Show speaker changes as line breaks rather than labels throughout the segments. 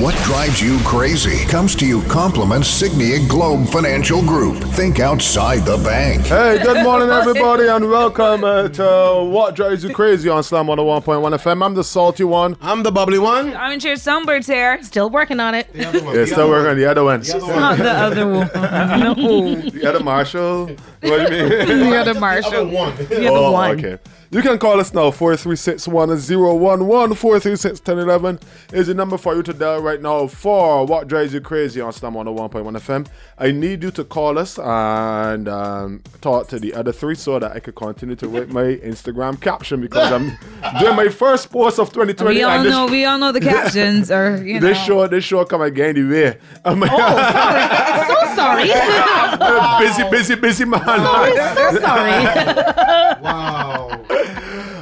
What drives you crazy comes to you compliments Signia Globe Financial Group. Think outside the bank.
Hey, good morning, everybody, and welcome uh, to What Drives You Crazy on Slam 101.1 FM. I'm the salty one.
I'm the bubbly one.
Orange hair sunbird's hair.
Still working on it.
Yeah, still working on the other one. The
Not the other one. No.
other Marshall. What do you mean?
The other Marshall.
You have a one.
Oh, okay. You can call us now, 436-1011, 436-1011 is the number for you to dial right now for What Drives You Crazy on oh Slam 101.1 FM. I need you to call us and um, talk to the other three so that I could continue to write my Instagram caption because I'm doing my first post of 2020
We all
and this,
know. We all know the captions are. You know.
this show, this show come again the way. I'm
So sorry.
Oh.
a busy, busy, busy man.
so sorry.
Wow.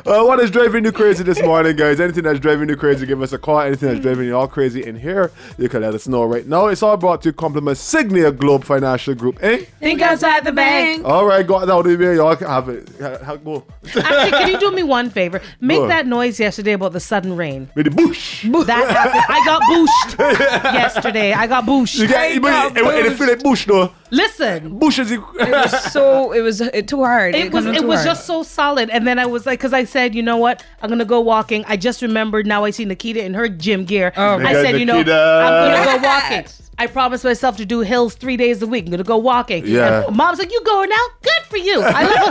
Uh, what is driving you crazy this morning, guys? Anything that's driving you crazy, give us a call. Anything that's driving you all crazy in here, you can let us know right now. It's all brought to you compliment Signia Globe Financial Group, eh?
Think outside the bank.
All right, got that out of here. Y'all can have it. Ha- ha- Go.
Actually, can you do me one favor? Make
What?
that noise yesterday about the sudden rain.
With the boosh.
That happened. I got booshed yesterday. I got
You
booshed.
get it, but it, it, it feel like boosh though.
Listen.
Boosh is the-
It was so. It was uh, too hard.
It was
comes
it
too
was
hard.
just so solid, and then I was like, because I said, you know what, I'm gonna go walking. I just remembered now. I see Nikita in her gym gear. I
Because
said, you know,
Nikita-
I'm gonna go
Yes.
walking. I promised myself to do hills three days a week. I'm gonna go walking.
Yeah.
And mom's like, you going out? Good for you. I love.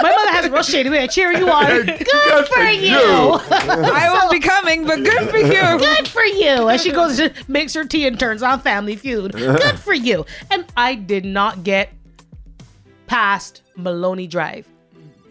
my mother has a real shady way of cheering you on. Good, for,
for you.
you.
I won't be coming, but good for you.
Good for you. And she goes to makes her tea and turns on Family Feud. Good for you. And I did not get past Maloney Drive.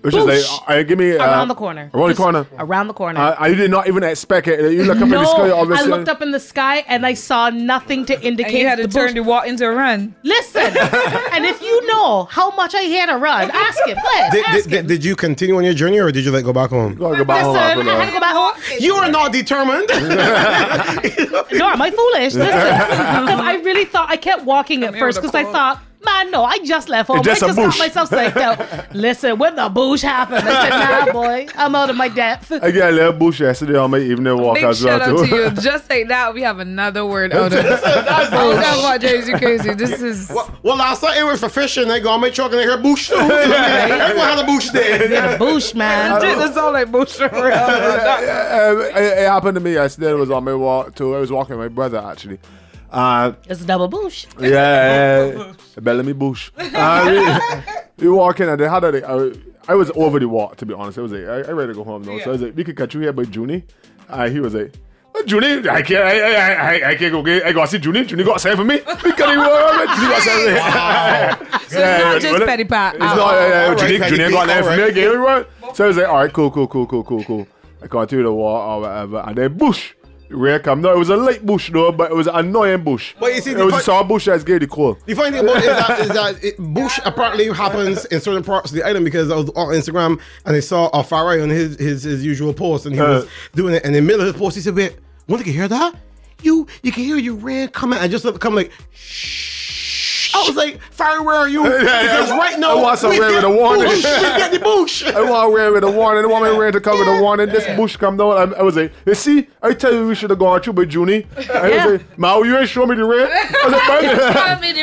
Which is like,
Boosh.
all right, give me. uh,
Around the corner.
Around the
Just
corner.
Around the corner.
Uh, you did not even expect it. You look up in the sky,
no, I
obviously.
looked up in the sky and I saw nothing to indicate.
And you had to
the
turn
bush-
to walk into a run.
Listen, and if you know how much I had to run, ask him. Please,
Did,
ask
did, did,
him.
did you continue on your journey or did you like go back home?
Talk about how I
Listen,
feel,
I had
uh,
to go back home.
You are not determined.
No, am I foolish? Listen, 'Cause I really thought I kept walking at
here with
first
a
because I
coat.
thought, man, no, I just left home.
just a
I just
bush."
got myself psyched out. Listen, when the boosh happened, I said, nah, boy, I'm out of my depth.
I got a little boosh yesterday on my evening walk
Big
as well
shout out
too.
to you. Just like that, we have another word out of this. Oh, God, what Jay's you crazy. This is
well, last night it was for fishing. They go on my truck and they hear boosh. Everyone had a boosh day.
Yeah, the boosh, man.
It's all like bullshit.
Um, it, it happened to me yesterday. It was on my walk too. I was walking with my brother actually. Uh,
It's a double boosh.
yeah, yeah, yeah. Bellamy Bush. Uh, we, we walking and they had a. I, I was over the walk to be honest. I was like, I, I ready to go home now. So I was like, we could catch you here by Junie. Uh, he was like. "But Junie, I can't, I, I, I- I, I can't go get, I gotta see Junie, Junie got saved for me. We can't even, Junie got saved for me.
so it's
yeah,
not just
well,
petty pat.
It's not, yeah, yeah,
all
Junior,
right,
Junior got
all
that for me
right.
again, right? So I was like, all right, cool, cool, cool, cool, cool, cool. I continue to walk or whatever, and then bush. Rear come. No, it was a late bush though, but it was an annoying bush.
But you see,
it
the
was
fact-
saw bush that's getting cool.
The funny thing about it is that, is that it, Bush apparently happens in certain parts of the island because I was on Instagram and I saw Alfari on his, his his usual post and he was
Uh.
doing it. And in the middle of his post, he said, "Wait, one can hear that? You you can hear your red coming?" I just looked come like. Shh. I was like, Fire, where are you?
yeah,
Because
yeah.
right
I
now,
want some
we
red
get
with a warning.
Bush. We get the bush.
I want to wear with a warning. I want my rear to come with a warning. This bush come down. I, I was like, you see, I tell you we should have gone through by Junie. I was like, Ma, you ain't show me the rear. I was like, "Man."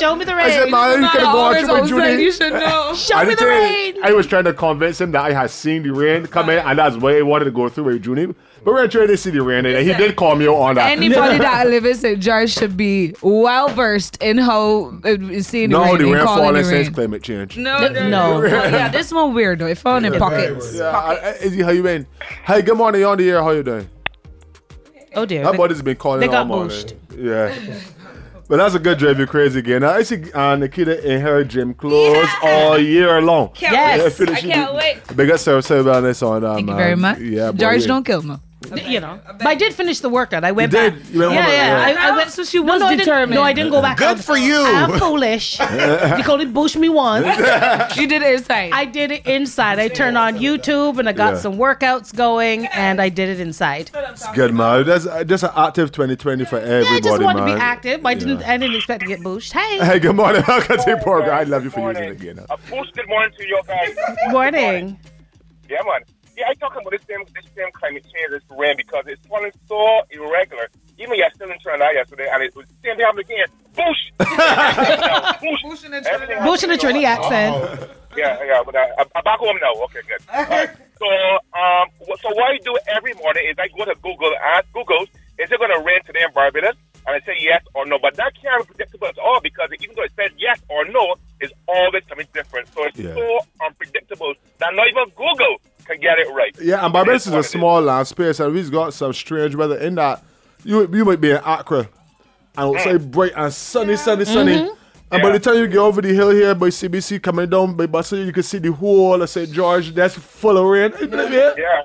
Show me the
I said,
rain.
Ma, you could have gone
always
through by
on set,
Junie.
you should know.
Show
I
me
didn't
the
tell
rain.
you- I was trying to convince him that I had seen the rain come in, and that's why he wanted to go through with Junie. But we're trying to see the rain, and he did call me out on that.
Anybody that live in St. George should be well versed in how uh, seeing the
no,
rain
the
and
rain
calling the
falling since
rain.
climate change.
No,
No.
Well, yeah, this one weird though. It found in pockets.
Yeah, I, I, Izzy, how you been? Hey, good morning, you on the air. How you doing?
Oh, dear.
That body's been calling
they got
all morning.
booshed.
Yeah. But that's a good drive you crazy again. I see uh, Nikita in her gym clothes
Yeah.
all year long.
Yes.
I feel like
I
she
can't
did-
wait.
Big up Sarah Sarah about this on. Um,
Thank you very much.
Yeah, boy,
George,
yeah.
don't kill me.
you know. But I did finish the workout. I went
You did?
back.
You went
yeah,
home
yeah.
early.
I, I went.
So she was
no, I didn't,
determined.
no, I didn't go back.
Good for you.
I'm foolish. you only bush me once.
You did it inside.
I did it inside. I turned on YouTube and I got
Yeah.
some workouts going, and I did it inside.
It's good, man. That's uh, just an active 2020 for everybody,
Yeah, I just wanted to
man.
be active. I didn't. I didn't expect to get booshed. Hey,
Hey, good morning. Welcome to the program. I love you for using it again.
A boost good morning to you guys.
morning.
Yeah, man. Yeah, I talking about this same this same climate change, this rain because it's falling so irregular.
Even yesterday in Trinidad yesterday, and it was the same thing happened again. Boosh! Boosh!
Boosh in the
Everything
Trinidad.
happened
Bush in a Trinity accent.
Yeah, yeah, but I, I'm- I'm back home now. Okay, good. All right. So, um, wh- so what I do every morning is I go to Google, ask Google, is it going to rain today in Barbados? And I say yes or no. But that can't be predictable at all because even though it says yes or no, it's always something different. So it's
Yeah.
so unpredictable that not even Google can get it right.
Yeah, and Barbados is
What
a
it
small land space, and we've got some strange weather in that. You you might be in Accra, and it's like bright and sunny, sunny, sunny.
Mm-hmm.
And by
Yeah.
the time you get over the hill here by CBC coming down by Boston, you can see the whole of St. George that's full of rain. You believe it?
Yeah.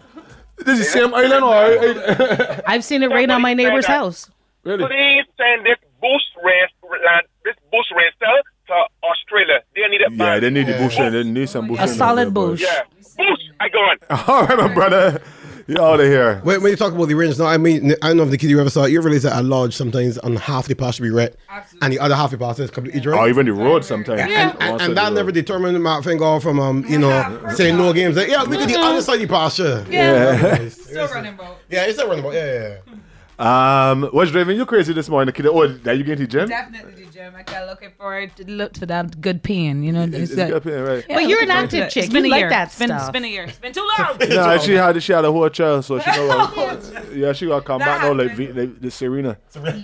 This is the same island, or
I've seen it rain on my neighbor's house.
really?
Please send this boost rain, land, this boost rain cell to Australia. They need it
Yeah,
bad.
they need the bush. They need some bush.
A solid bush.
Yeah. Boosh! I go on.
All right, my brother, you out of here.
When, when you talk about the range, now I mean, I don't know if the kid you ever saw. it, You realize that a lodge sometimes on half the part should be red, and the other half of the part is completely dry.
Or even the road sometimes.
And, and, and that never determined my finger from um, you know, saying no games. Like, yeah, we did the other side of the pasture.
Yeah.
Still running boat.
yeah, it's not running. Yeah, yeah, yeah.
um, what's driving you crazy this morning, kid? Oh, that you getting to the gym?
Definitely the gym. I kept looking forward to look for that good pain. You know,
It's
it's
good
that,
up here, right?
But you're an active chick. You like that
It's been,
stuff.
it's been a year. It's been too long.
No, she had she had a whole child, so she know. What, yeah, she gonna come back now like, V- like the Serena.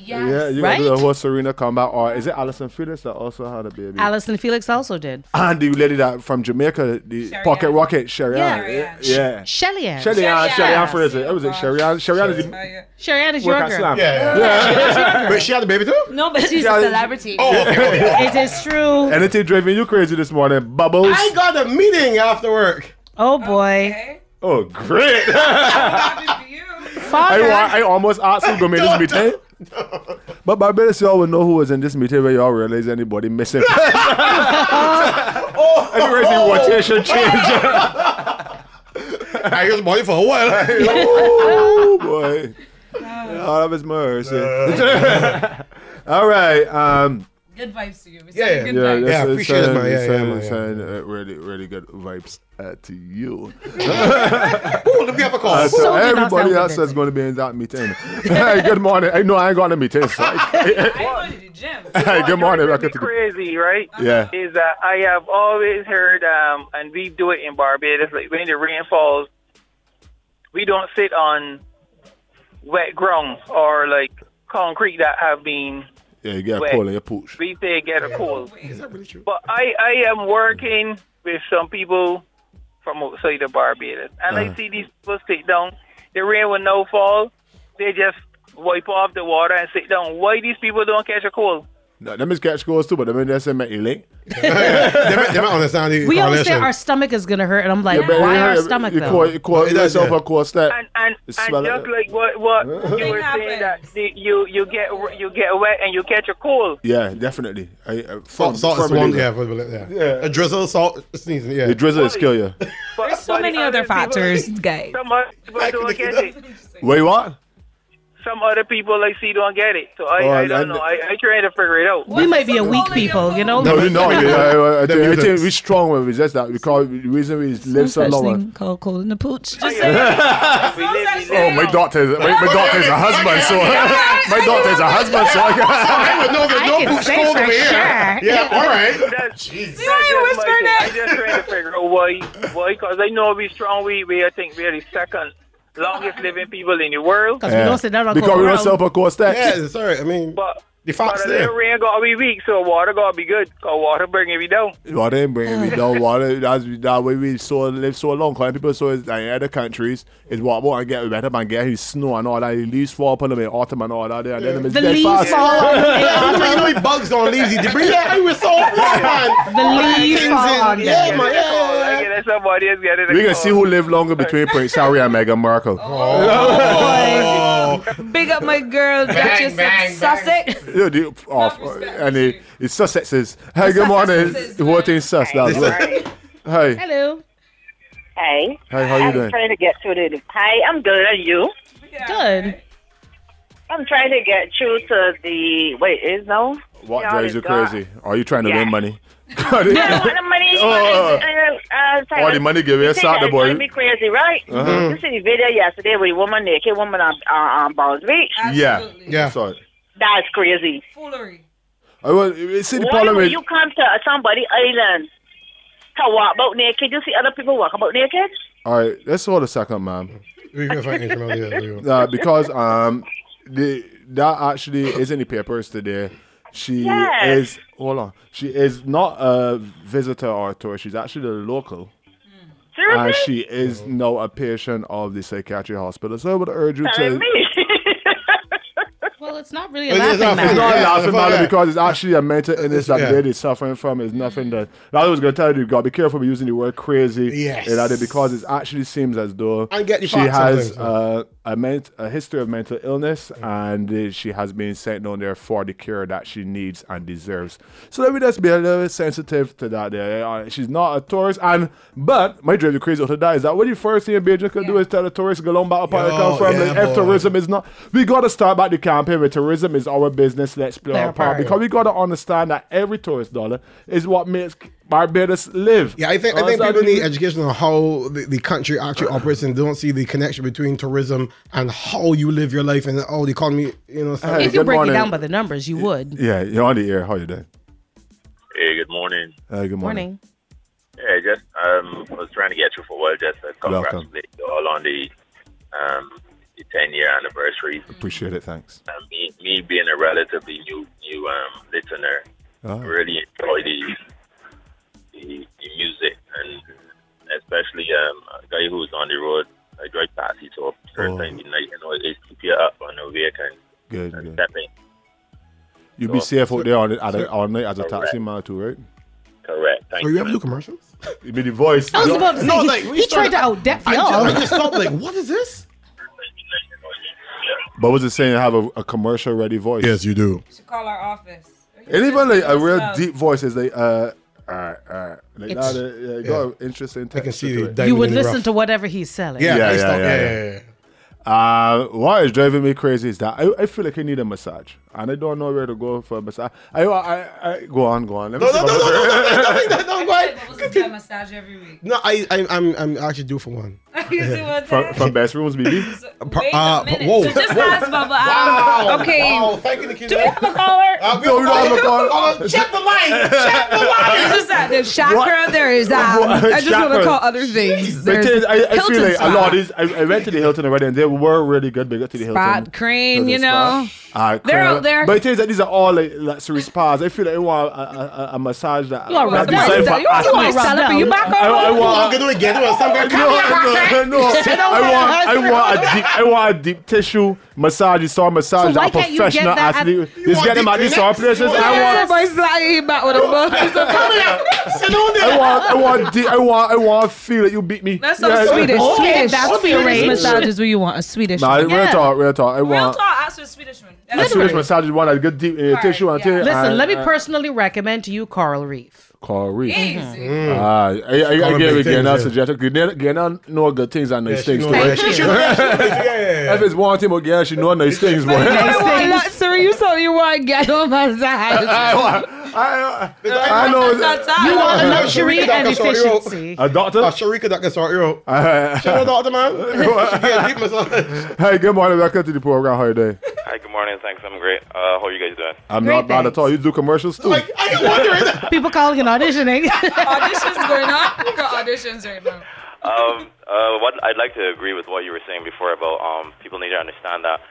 Yeah, you gotta do the
Right?
whole Serena come back, or is it Alison Felix that also had a baby?
Allison Felix also did.
and the lady that from Jamaica, the Pocket Rocket, Sherry. Yeah,
Yeah.
yeah.
Shelly Ann.
Sherry Ann, Sherry Ann
Sherrianne.
Fraser. That was it. Sherry Ann, Sherry Ann is the
Sherry Ann is your
work at
girl.
Slam.
yeah. But she had a baby too.
No, but she's
Yeah,
a celebrity.
Oh, okay, okay.
It is true.
Anything driving you crazy this morning, Bubbles?
I got a meeting after work.
Oh boy.
oh, great! I,
Father.
wa- I almost asked who gonna make this meeting. But Barbados, y'all will know who was in this meeting where y'all realize anybody missing. oh, everybody's oh, rotation change.
I was boy for a while.
oh boy, God of His mercy. All right, um,
Good vibes to you. We
Yeah,
send
yeah.
good
yeah,
vibes.
that's-
I appreciate
it's,
it, man.
uh,
Yeah,
it's,
yeah,
uh,
man,
it's,
yeah.
uh, really, really good vibes uh, to you.
Ooh, let me have a call.
Uh,
So
so
did not
everybody
sound
else that's going to be in that meeting. hey, good morning. Hey, no, I ain't going to meeting. Sorry.
I go to the gym.
hey, good morning. Welcome to the-
crazy, right?
Yeah.
Is that I have always heard, um, and we do it in Barbados, like when the rain falls, we don't sit on wet ground or like concrete that have been,
Yeah, you get a
Wait.
call in your pooch.
we say, get a cold.
Is that really true?
But I, I am working with some people from outside of Barbados, and
Uh-huh.
I see these people sit down. The rain will now fall. They just wipe off the water and sit down. Why these people don't catch a cold?
No, them is catch goals too, but them is make you late.
they might, they might understand the
We always say
correlation.
our stomach is gonna hurt, and I'm like,
You better
why
hurry
our
up.
stomach
You call,
though?
you call
It does,
yourself
yeah.
a call step.
and and,
It's
and
smelling
just
it.
like what what you were saying that
happens.
the, you you get you get wet and you catch a cold.
yeah, definitely. I, uh,
Salt,
from,
salt is
from
one,
the-
yeah, for- yeah, yeah. A drizzle, salt, sneezing, yeah.
The drizzle is kill you.
But,
There's so
but
many
the
other
people-
factors, guys.
Some other people
I
don't
can
get
make
it.
it
Wait, what?
Some other people I see don't get it. So I,
Oh,
I don't
and-
know. I, I trying to figure it out.
We might be a weak people, you know.
No, you know, yeah, I, I,
Them
think- I think
users.
we strong when we just that because the reason we live so long.
called cold in the pooch.
Oh,
Just
We live- we
Oh,
live-
my doctor, is- my, my doctor is a husband, so my doctor is a husband, so I can.
I would know there's
I
no
can
boots
say
cold
for
over here.
sure.
Yeah, all right.
That's, that's just
I
my
whispered
thing.
it.
I just trying to figure out why why because I know we strong. We we I think we are the second longest living people in the world.
Because we don't sit down on
because
cold
we don't
ground.
sell a course step.
Yeah, it's all right. I mean,
But
The facts
but a little
there.
rain gotta be weak, so water gotta be good. Cause water bringing me down.
Water ain't bringing me down. Water that's that way we so live so long. Cause people so it's like in other countries is what what and get better and get his snow and all that. The leaves fall upon them in autumn and all that. And then them is
The
dead
leaves
fast.
fall on
Yeah, I mean, you know, he bugs on leaves. He bring that. I was so man.
the leaves
Things
fall
in-
on
yeah,
them.
man, yeah, yeah, yeah.
I guess somebody else get it.
We can see who live longer between Prince Harry and Meghan Markle.
Oh,
Big up my girl, Duchess of Sussex.
Yeah, the, off, and the, the Sussexes. Hey, good morning.
Sussexes,
The whole thing sus. That's right. Hey,
Hello.
Hey.
hey, how you
I'm
doing?
trying to get through to the. Hi, I'm good. And you?
Good.
I'm trying to get through to the. Wait, is no?
What
Yeah,
drives you
it's God.
crazy? Are you trying to
Yeah.
win money?
I don't want the money.
Oh,
Oh,
oh,
uh,
All the money give you, suck the boy.
be crazy, right?
Uh-huh.
You see the video yesterday with the woman naked, woman on uh, on Bounce Beach.
yeah.
Yeah.
Sorry.
That's crazy.
Foolery.
I was, you see, the
Why
problem
would
is,
you come to somebody island to walk about naked? You see other people walk about naked?
all right, let's hold a second, ma'am.
We can find Angel Melody, yeah, there you go.
Uh, because um, the, that actually is in the papers today. She
Yes.
is, hold on, she is not a visitor or a tourist. She's actually a local.
Seriously?
And she is now a patient of the psychiatric hospital. So I would urge you
Sorry,
to.
me.
Well, it's not really a
It's
laughing
not
matter.
It's not
Yeah,
laughing
fuck
about it
yeah.
because it's actually a mental illness that
yeah.
they're suffering from. It's nothing that. I was going to tell you, you got to be careful with using the word crazy.
Yes.
in that because it actually seems as though
I get the
she
facts
has uh,
sometimes,
a, ment- a history of mental illness
Mm.
and uh, she has been sent down there for the care that she needs and deserves. So let me just be a little bit sensitive to that. There, Uh, she's not a tourist, and but my dream crazy to that is that what the first thing a Beijing could do is tell a tourist go on back up where they
Yo,
come from.
Oh, yeah,
Like, if
boy.
tourism is not, we got to start back the campaign. With tourism is our business. Let's play
Fair
our part
part.
because we got to understand that every tourist dollar is what makes Barbados live. Oh,
Yeah, I think I
Understand
think people
what
need
mean?
education on how the, the country actually operates and don't see the connection between tourism and how you live your life and all the economy. You know, stuff.
Hey.
If you
Good
break
morning.
it down by the numbers, you would.
Yeah, you're on the air. How you doing?
Hey, good morning.
Uh, good morning.
Morning.
Yeah, just um, I was trying to get you for a while. Just to
Welcome.
congratulate you all on the um, the ten year anniversary.
Appreciate it. Thanks.
Um, me, me being a relatively new new um, listener,
Oh.
Ah.
really enjoy the, the the music and especially um, a guy who's on the road. I drive past it, so certain
Oh.
time in the night, you know, it's keep you up on the wake and,
Good.
and
good.
stepping.
You be safe out there on the- at a, on the, as a taxi
Correct.
man too, right?
Correct. Thank
So you have
man.
to do commercials?
You be the voice.
I was about to say,
No, like, we
he tried
started-
to out depth
I,
y'all.
just, I just stopped. Like, what is this?
but was it saying have a, a commercial ready voice?
you do.
You should call our office.
And even like a real
Stuff.
deep voice is like uh, all right, all right. Like
It's-
that, uh, yeah, got interesting.
I can
texture to
see the.
it.
You
diamond
would
in the
listen
rough.
to whatever he's selling.
Yeah,
Yeah,
I
yeah, yeah,
stopped. yeah,
yeah.
yeah, yeah, yeah.
Uh, what is driving me crazy is that I, I feel like I need a massage, and I don't know where to go for a massage. I, I, I go on, go on. Let me
No,
see
no,
if
no,
I'm-
no, no, no, no, don't think that, no, why?
What was this guy massage every week?
No, I, I, I'm, I'm actually due for one.
you see what
From,
that?
from best rooms, BB.
Wait
uh,
a minute.
whoa,
So just
whoa.
ask Bubba. Wow. okay.
Oh, Wow, thank you, Nikita.
Do we have a caller?
Uh,
No, you don't have a call.
Check the light. Check the light.
There's just that there's chakra.
What?
There is um,
What?
I just want
Chakra.
to call other things.
But
There's
thing is, I, I feel
Hilton
like a
spa.
lot of these. I, I went to the Hilton already, and they were really good. Big up to the
Spot
Hilton.
cream,
To the
you
spa.
know.
Ah,
They're
cream.
out there.
But it is that these are all like luxury spas. I feel like I want a, a, a- a massage that.
You are
that's
rubbed out.
designed
You
for
are- you are
athletes.
rubbed
Stella,
out.
but you back
I,
on.
I
I'm
want.
gonna do it again. Some guy.
No, no, no, no. I want, I want a deep, I want a deep tissue massage. You saw massage
So why
that
can't you get
professional
that at-
athlete.
You
Just
want
get them
deep
at these sore
cleanups?
places.
You
I
want-
want,
Somebody's lying back with a book.
Sit down
I
there.
want, I want, deep, I want, I want to feel that you beat me.
That's so
Yeah.
Swedish.
Oh,
Swedish.
that's
Swedish
Swedish.
massage is what you want. A Swedish.
Nah, real
Yeah.
talk, real talk. I
Real
want.
talk. Ask for a Swedish one.
A
That's
Swedish massage is one that good deep uh,
Right,
tissue and
yeah.
thing,
Listen,
and-
let me
uh,
and-
personally recommend to you Coral Reef.
Call Reese.
easy.
Mm-hmm.
Ah, I, I, I get
Calling big
with
things,
Guyana
yeah.
suggested. Guyana, Guyana know good things and nice things too. right?
Thank you.
If it's one thing about Guyana, she know nice things, boy.
I want luxury. You told me you want ghetto massage.
I, want- I, I, I
That's
know.
all.
You want
Yeah.
luxury
Sharika
and
Dakasario.
efficiency.
A doctor? Uh,
Uh, Sharika that can sort you out. Shout out, doctor man. She get a deep massage.
hey, good morning. Welcome to the program. How you doing?
Hi, good morning. Thanks. I'm great. Uh, how you guys doing?
I'm
Great,
not bad at all. You do commercials too.
Like, I am wondering.
People calling and auditioning.
auditions going on. We got auditions right now.
um, uh, what I'd like to agree with what you were saying before about um, people need to understand that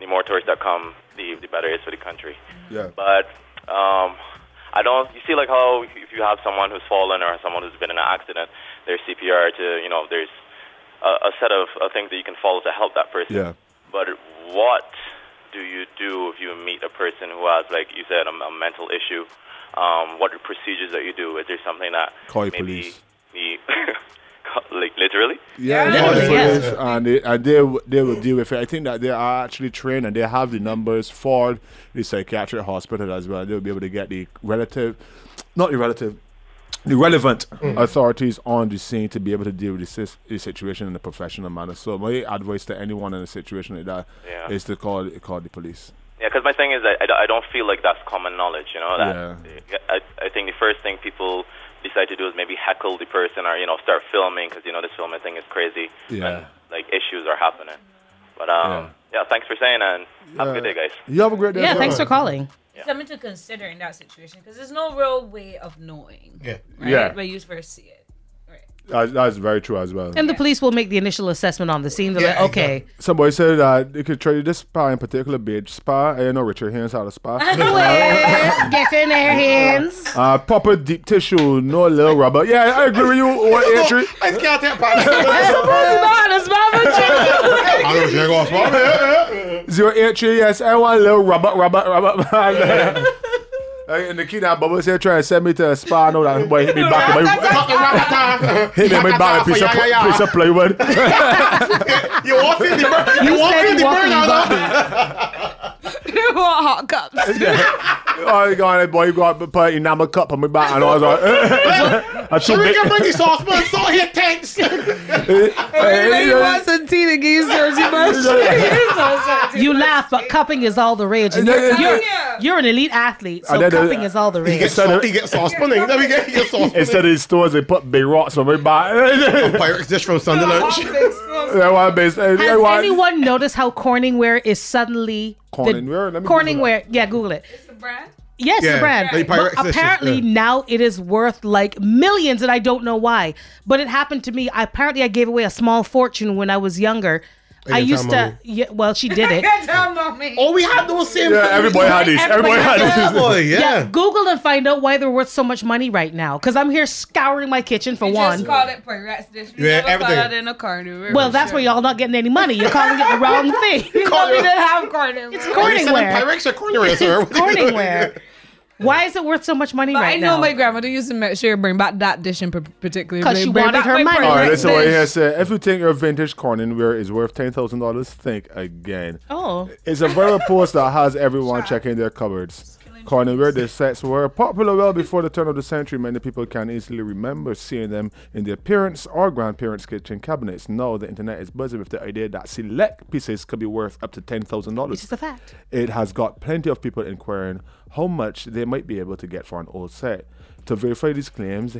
the more tourists that come, the, the better it is for the country.
yeah.
But um, I don't. You see, like how if you have someone who's fallen or someone who's been in an accident, there's CPR to you know there's a, a set of, of things that you can follow to help that person.
Yeah.
But what do you do if you meet a person who has, like you said, a, a mental issue? Um, what are procedures that you do? Is there something that
Call the
maybe
police.
the like literally?
Yeah,
Yeah.
yeah.
Yeah.
and they, and they w- they will deal with it. I think that they are actually trained and they have the numbers for the psychiatric hospital as well. They'll be able to get the relative, not the relative, the relevant authorities on the scene to be able to deal with the, sis- the situation in a professional manner. So my advice to anyone in a situation like that is
Yeah.
to call call the police.
Yeah, because my thing is that I, don't- I don't feel like that's common knowledge, you know. That I, I think the first thing people decide to do is maybe heckle the person or you know start filming because you know this filming thing is crazy.
Yeah.
Like issues are happening. But um, yeah, thanks for saying and have a good day, guys.
You have a great day.
Yeah,
as
thanks for
well.
calling.
Something to consider in that situation because there's no real way of knowing.
Yeah.
Right?
Yeah.
But you first see it.
That's, that's very true as well.
Um,
And the police will make the initial assessment on the scene. They're like, okay.
Somebody said that they could trade this spa in particular, beach spa. I uh, know Richard Haynes had a spa.
Uh-huh.
Well, Get in there, hands.
Uh, proper deep tissue, no little rubber. Yeah, I agree with you. What, Adrian?
Oh, I can't take part. Uh-huh.
I don't care what's wrong. Zero E eight three. Yes, I want a little rubber, rubber, rubber. Hey, And the kid that bubble said trying to send me to a spa. I know that boy hit me back. with My, hit me in my back. with a Piece of
Yeah, yeah, yeah.
piece of plywood.
You want to the burn? You want to the burn?
hot cups.
oh, you got that boy. You got to put enamel cup on my back, and I was like, I
Should
took
we
it.
can bring the sauce, man? Salt here, thanks.
Everybody wants a tea to give Sergi much.
You laugh, but cupping is all the rage. And
Yeah,
you're,
yeah,
you're,
yeah.
you're an elite athlete, so
And then the-
cupping is all the
He
rage.
gets salt. He gets sauce. Punning. Let me get your sauce.
Instead of these stores, they put big rocks on my back.
Pirates dish from Sunderland.
They want base. They
Has
want-
anyone noticed how Corningware is suddenly the-
Corningware? Let me Google
Corningware, yeah, Google it.
It's the brand.
Yes,
Yeah,
the brand.
they
But
pirate sisters,
apparently
yeah.
now it is worth like millions, and I don't know why. But it happened to me. I, apparently, I gave away a small fortune when I was younger. I
didn't
used
tell
to.
mommy.
Yeah, well, she did it.
Good job, mommy.
Oh, we had those same.
Yeah, everybody had these. Everybody had
Yeah,
these.
boy, yeah.
Google and find out why they're worth so much money right now. Because I'm here scouring my kitchen for
You
one.
just called it pirates dish. We
Yeah,
never called
everything.
it in a carnival.
Well, that's why y'all not getting any money. You're calling it the wrong thing.
You know, we didn't have carnival. It's
Are you selling
Corningware.
Pyrex or cornware, sir? What are you doing?
Corningware. Why is it worth so much money
But
right
I know
now?
my grandmother used to make sure to bring back that dish in par- particular.
'Cause
Bring-
she
bring
wanted
back
her
my
money.
All
pirate
right, listen what
dish.
he has said. If you think your vintage Corningware is worth ten thousand dollars, think again.
oh,
It's a viral post that has everyone checking their cupboards. Corningware desserts were popular well before the turn of the century. Many people can easily remember seeing them in their parents' or grandparents' kitchen cabinets. Now the internet is buzzing with the idea that select pieces could be worth up to ten thousand
it's
dollars.
just a fact.
It has got plenty of people inquiring how much they might be able to get for an old set. To verify these claims,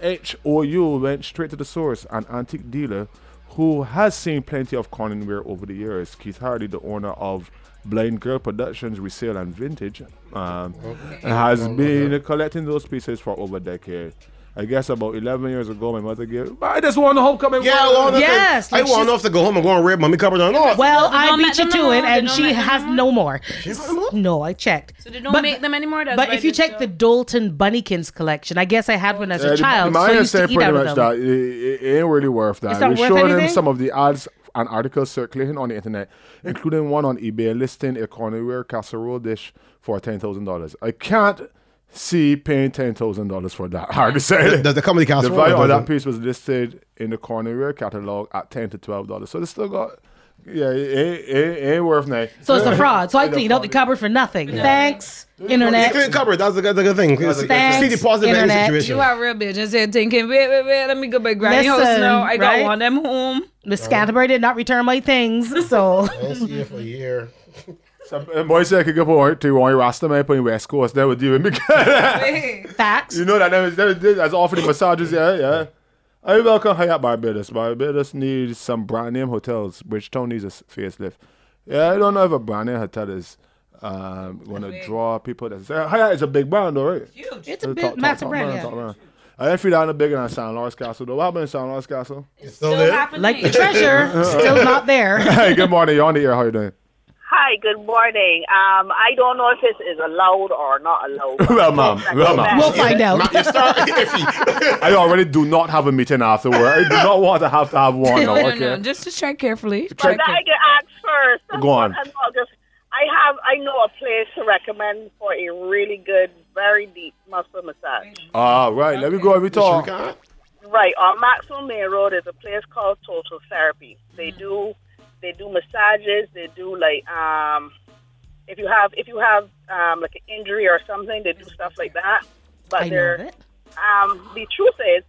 KHOU went straight to the source, an antique dealer who has seen plenty of Corningware over the years. Keith Hardy, the owner of Blind Girl Productions Resale and Vintage, um, has been collecting those pieces for over a decade. I guess about 11 years ago, my mother gave. I just won the homecoming.
Yeah, I
one."
want
Yes,
I
like
want
she's-
off to go home and go and rip mommy cupboard on. Oh,
Well,
they
I
don't
beat
make
you
them
to
no
it, and
more? They don't
she
make them
has
no more?
no more. No, I checked.
So they don't
But-
make them anymore. That's
But
why
if you
they're
check the
still-
Dalton Bunnykins collection, I guess I had one as
Uh,
a
the-
child.
My
so I used to
understanding
eat
pretty
out of
much
them.
that it, it ain't really worth that.
It's not
we
worth
showed him
anything?
some of the ads and articles circulating on the internet, including one on eBay listing a cornerware casserole dish for ten thousand dollars. I can't see paying ten thousand dollars for that. Hard to say.
does the comedy
The
castle?
value of that piece was listed in the cornerware catalog at ten to twelve dollars. So they still got. Yeah, it, it, it ain't worth nothing.
So it's a fraud. So I
It's a
cleaned up
fraud.
the cupboard for nothing. Thanks, internet.
Clean cupboard. That's a good, that's a good thing.
Thanks,
See the positive in
internet.
any
You
situation.
are real bitch. I said, thinking, wait, wait, wait, let me go back granny house
Listen,
now. I got
right?
one of them home.
Miss Canterbury did not return my things, so
here for a year.
Some uh, boy said I could go for to one Rasta man put in West Coast. That would do it.
facts.
You know that that, that, that that's all for the massages, yeah, yeah. I welcome Hyatt Barbados. Barbados needs some brand name hotels, which Tone needs a s- facelift. Yeah, I don't know if a brand name hotel is um, going to draw people. That's uh, Hyatt is a big brand, though, right?
It's a
uh, Talk-
bit
talk-
massive
talk
brand.
brand,
yeah.
talk brand. I didn't feel that no bigger than San Lawrence Castle, though. What happened in San Lawrence Castle?
Still
Still
there?
happening.
Like the treasure, still not there.
hey, good morning. You're on the air. How you doing?
Hi, good morning. Um, I don't know if this is allowed or not allowed. but
Well, ma'am.
I hope
Well,
that-
ma'am.
We'll find out.
You start iffy.
I already do not have a meeting afterward. I do not want to have to have one. No,
No,
Oh, okay.
no, just to check carefully.
But
Check
that I
it.
can ask first.
Go on.
And I'll just- I have, I know a place to recommend for a really good, very deep muscle massage.
All right, let me go. Let me
Oh.
talk.
Right on Maxwell Main Road, there's a place called Total Therapy. They do, they do massages. They do like, um, if you have, if you have um, like an injury or something, they do stuff like that. But
I know
they're,
it.
um, the truth is,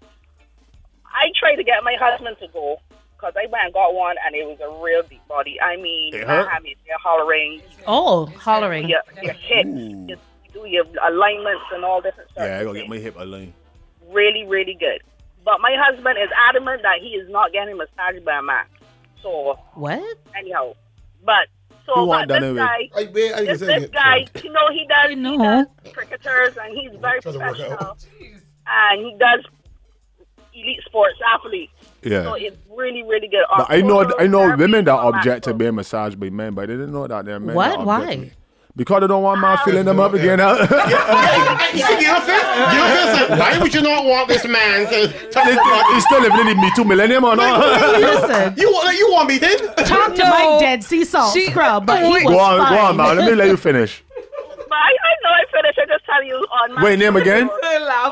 I try to get my husband to go 'cause because I went and got one and it was a real deep body. I mean,
It
I
hurt?
had me there hollering.
Oh, hollering.
Your, your hips,
Ooh.
your, do your alignments and all different stuff.
Yeah, I gotta get my hip aligned.
Really, really good. But my husband is adamant that he is not getting massaged by a man. So
What?
anyhow, but
Who
so
want that
but this
anyway?
guy,
I- wait, I
this,
can say
this
it.
guy, you know, he does, he
know.
does cricketers and he's very
Trying to work
professional, and he does elite sports athlete.
Yeah.
so it's really, really good.
But I know
Although
I know
therapy
women that
is not
object to being massaged by men, but I didn't know that there are men.
What?
that object
Why?
to it. Because they don't want man filling them up again.
You see the offense? The offense like, why would you not want this man to talk
He's still living in the Me Too millennium or not?
Listen.
You want you want me then?
Talk to my dead sea salt scrub, but he was
go on,
fine.
go on, man. Let me let you finish.
But I, I know I finished. I just tell you on my
Wait, name again?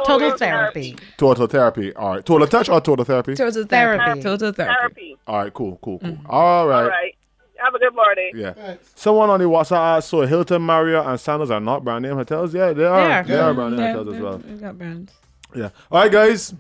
Total therapy.
Total therapy. All right. Total touch or total therapy?
Total
therapy.
Total therapy.
All right. Cool. Cool. Cool.
Mm.
All right.
All right. Have a good morning.
Yeah. Someone on the WhatsApp asked, so Hilton, Marriott, and Sandals are not brand name hotels? Yeah, they are. They are brand name hotels as well.
We got brands.
Yeah. All right, guys.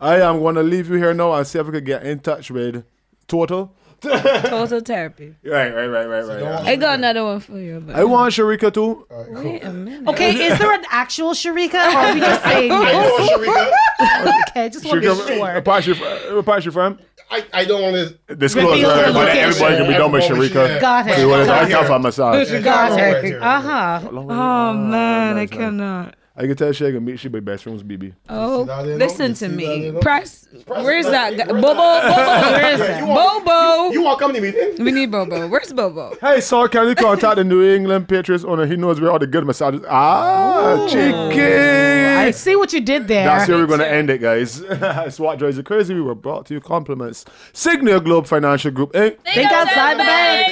I am going to leave you here now and see if we can get in touch with Total.
Total therapy.
Right, right, right, right, right. yeah.
I got another one for you. But
I want Sharika too.
Uh,
Wait a minute.
Okay, is there an actual Sharika? Or are we just saying
Oh,
this? okay, just want to be sure.
Sharika, pass your, uh, pass your friend.
I, I don't want to
Disclose
Reveal
to
the
everybody.
location.
Everybody can be done with
Everybody,
Sharika.
yeah. Got it.
We want to
Got
I count
it.
for a massage.
Got it. Uh
Uh-huh.
huh.
Oh man, I cannot.
I can tell she can meet she be best friends, BB.
Oh, listen to me. Press.
Press
Where's that
that-
guy?
where's
Bobo. Bobo.
that-
Where is
You
that?
want-
Bobo.
You want come to me then?
We need Bobo. Where's Bobo?
Hey, so can you contact the New England Patriots owner? He knows where all the good massages. Ah,
I
chicken.
see what you did there.
That's where we're going to end it, guys. it's What Drives You Crazy. We were brought to you compliments. Signia Globe Financial Group Inc.
Think outside the bank.